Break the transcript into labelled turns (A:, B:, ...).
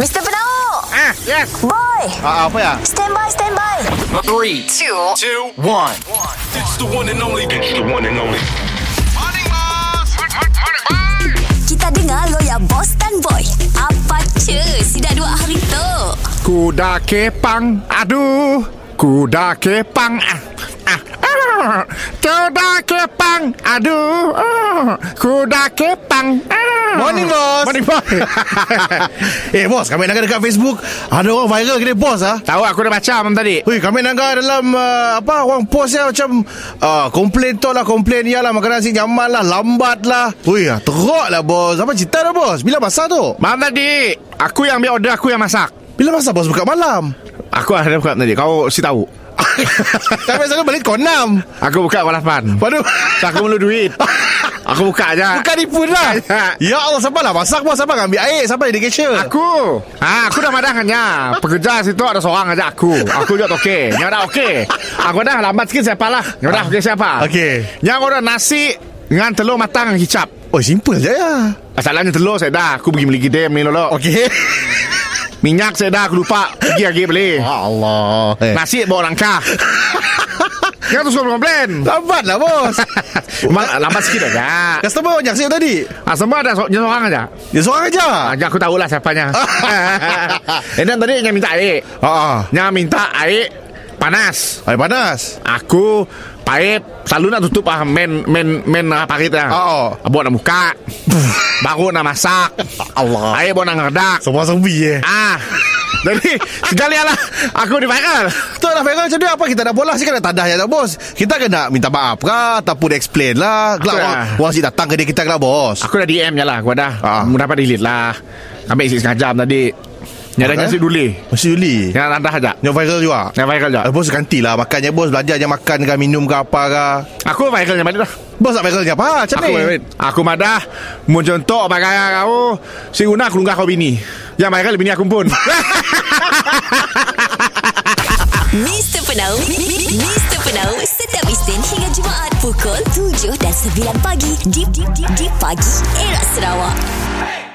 A: Mr. Penau
B: Ah, yes.
A: Boy
B: Ah, apa ya?
A: Stand by, stand by
C: Three,
A: Two
C: two, one.
D: It's the one and only. It's the one and only.
A: Kita dengar lo ya Boss dan Boy Apa cuy Si dah dua hari tu
B: Kuda kepang. Aduh. Kuda kepang. Ah. ah, ah. Kuda kepang. Aduh. Ah. Kuda kepang. Ah.
E: Morning, boss.
B: Morning boss.
E: Eh bos Kami naga dekat Facebook Ada orang viral kena bos ah.
B: Tahu aku dah baca malam tadi.
E: Hui, kami naga dalam uh, apa orang post dia macam uh, komplain tu lah komplain ya lah makanan si nyaman lah lambat lah. Hui, ah, teruk lah bos. Apa cerita dah bos? Bila masa tu?
B: Malam tadi aku yang ambil order aku yang masak.
E: Bila masa bos buka malam?
B: Aku ada buka tadi. Kau si tahu.
E: kami selalu balik kau enam.
B: Aku buka malam depan.
E: Waduh.
B: So, aku perlu duit. Aku buka aja.
E: Bukan tipu dah. ya Allah, siapa lah masak bos? Siapa ambil air? Siapa dedication?
B: Aku ha, Aku dah madangannya Pekerja situ ada seorang aja aku Aku juga okey Yang dah okey Aku dah lambat sikit siapa lah Yang dah okey siapa
E: Okey.
B: Yang aku dah nasi Dengan telur matang hicap
E: Oh, simple je ya.
B: Masalahnya telur saya dah Aku pergi beli gidem ni lolo
E: Okey.
B: Minyak saya dah aku lupa Pergi lagi beli
E: Ya Allah. Ah. Eh.
B: Nasi bawa langkah Yang tu suka komplain
E: Lambat lah bos.
B: Ma- Lambat sikit aja
E: Customer banyak siap tadi.
B: ah, Semua ada so- yang seorang aja
E: Dia seorang aja.
B: ah, Aku tahulah siapanya Eh dan tadi yang minta air
E: Ha ah.
B: Yang minta air Panas
E: Air panas.
B: Aku Paip Selalu nak tutup ah Men Men Men ah, parit lah
E: Oo.
B: Buat nak buka Baru nak masak
E: Allah.
B: Air buat nak ngerdak
E: Semua sepi eh.
B: Ah Jadi Sekali lah Aku diviral
E: Betul lah Farah Macam mana apa Kita dah bola Saya kena tadah ya tak bos Kita kena minta maaf kah Ataupun explain lah Kelak
B: Betul
E: orang,
B: lah.
E: orang si datang ke dia Kita kena bos
B: Aku dah DM je lah Aku dah
E: Ah.
B: Mudah dapat delete lah Ambil isi setengah jam tadi Nyadanya
E: Apa?
B: si duli
E: Masih Yuli
B: Yang anda ajak
E: Yang viral juga
B: Yang viral je
E: Eh, Bos gantilah makannya bos Belajar je makan ke minum ke apa ke
B: Aku viral yang balik lah
E: Bos nak viralnya apa Macam
B: Aku
E: ni
B: viral Aku madah Mun contoh Bagai kau Si Una aku lunggah kau bini Yang viral bini aku pun
A: Mr. Penau Mr. Penau Setiap Isnin hingga Jumaat Pukul 7 dan 9 pagi Di, di, di, di pagi Era Sarawak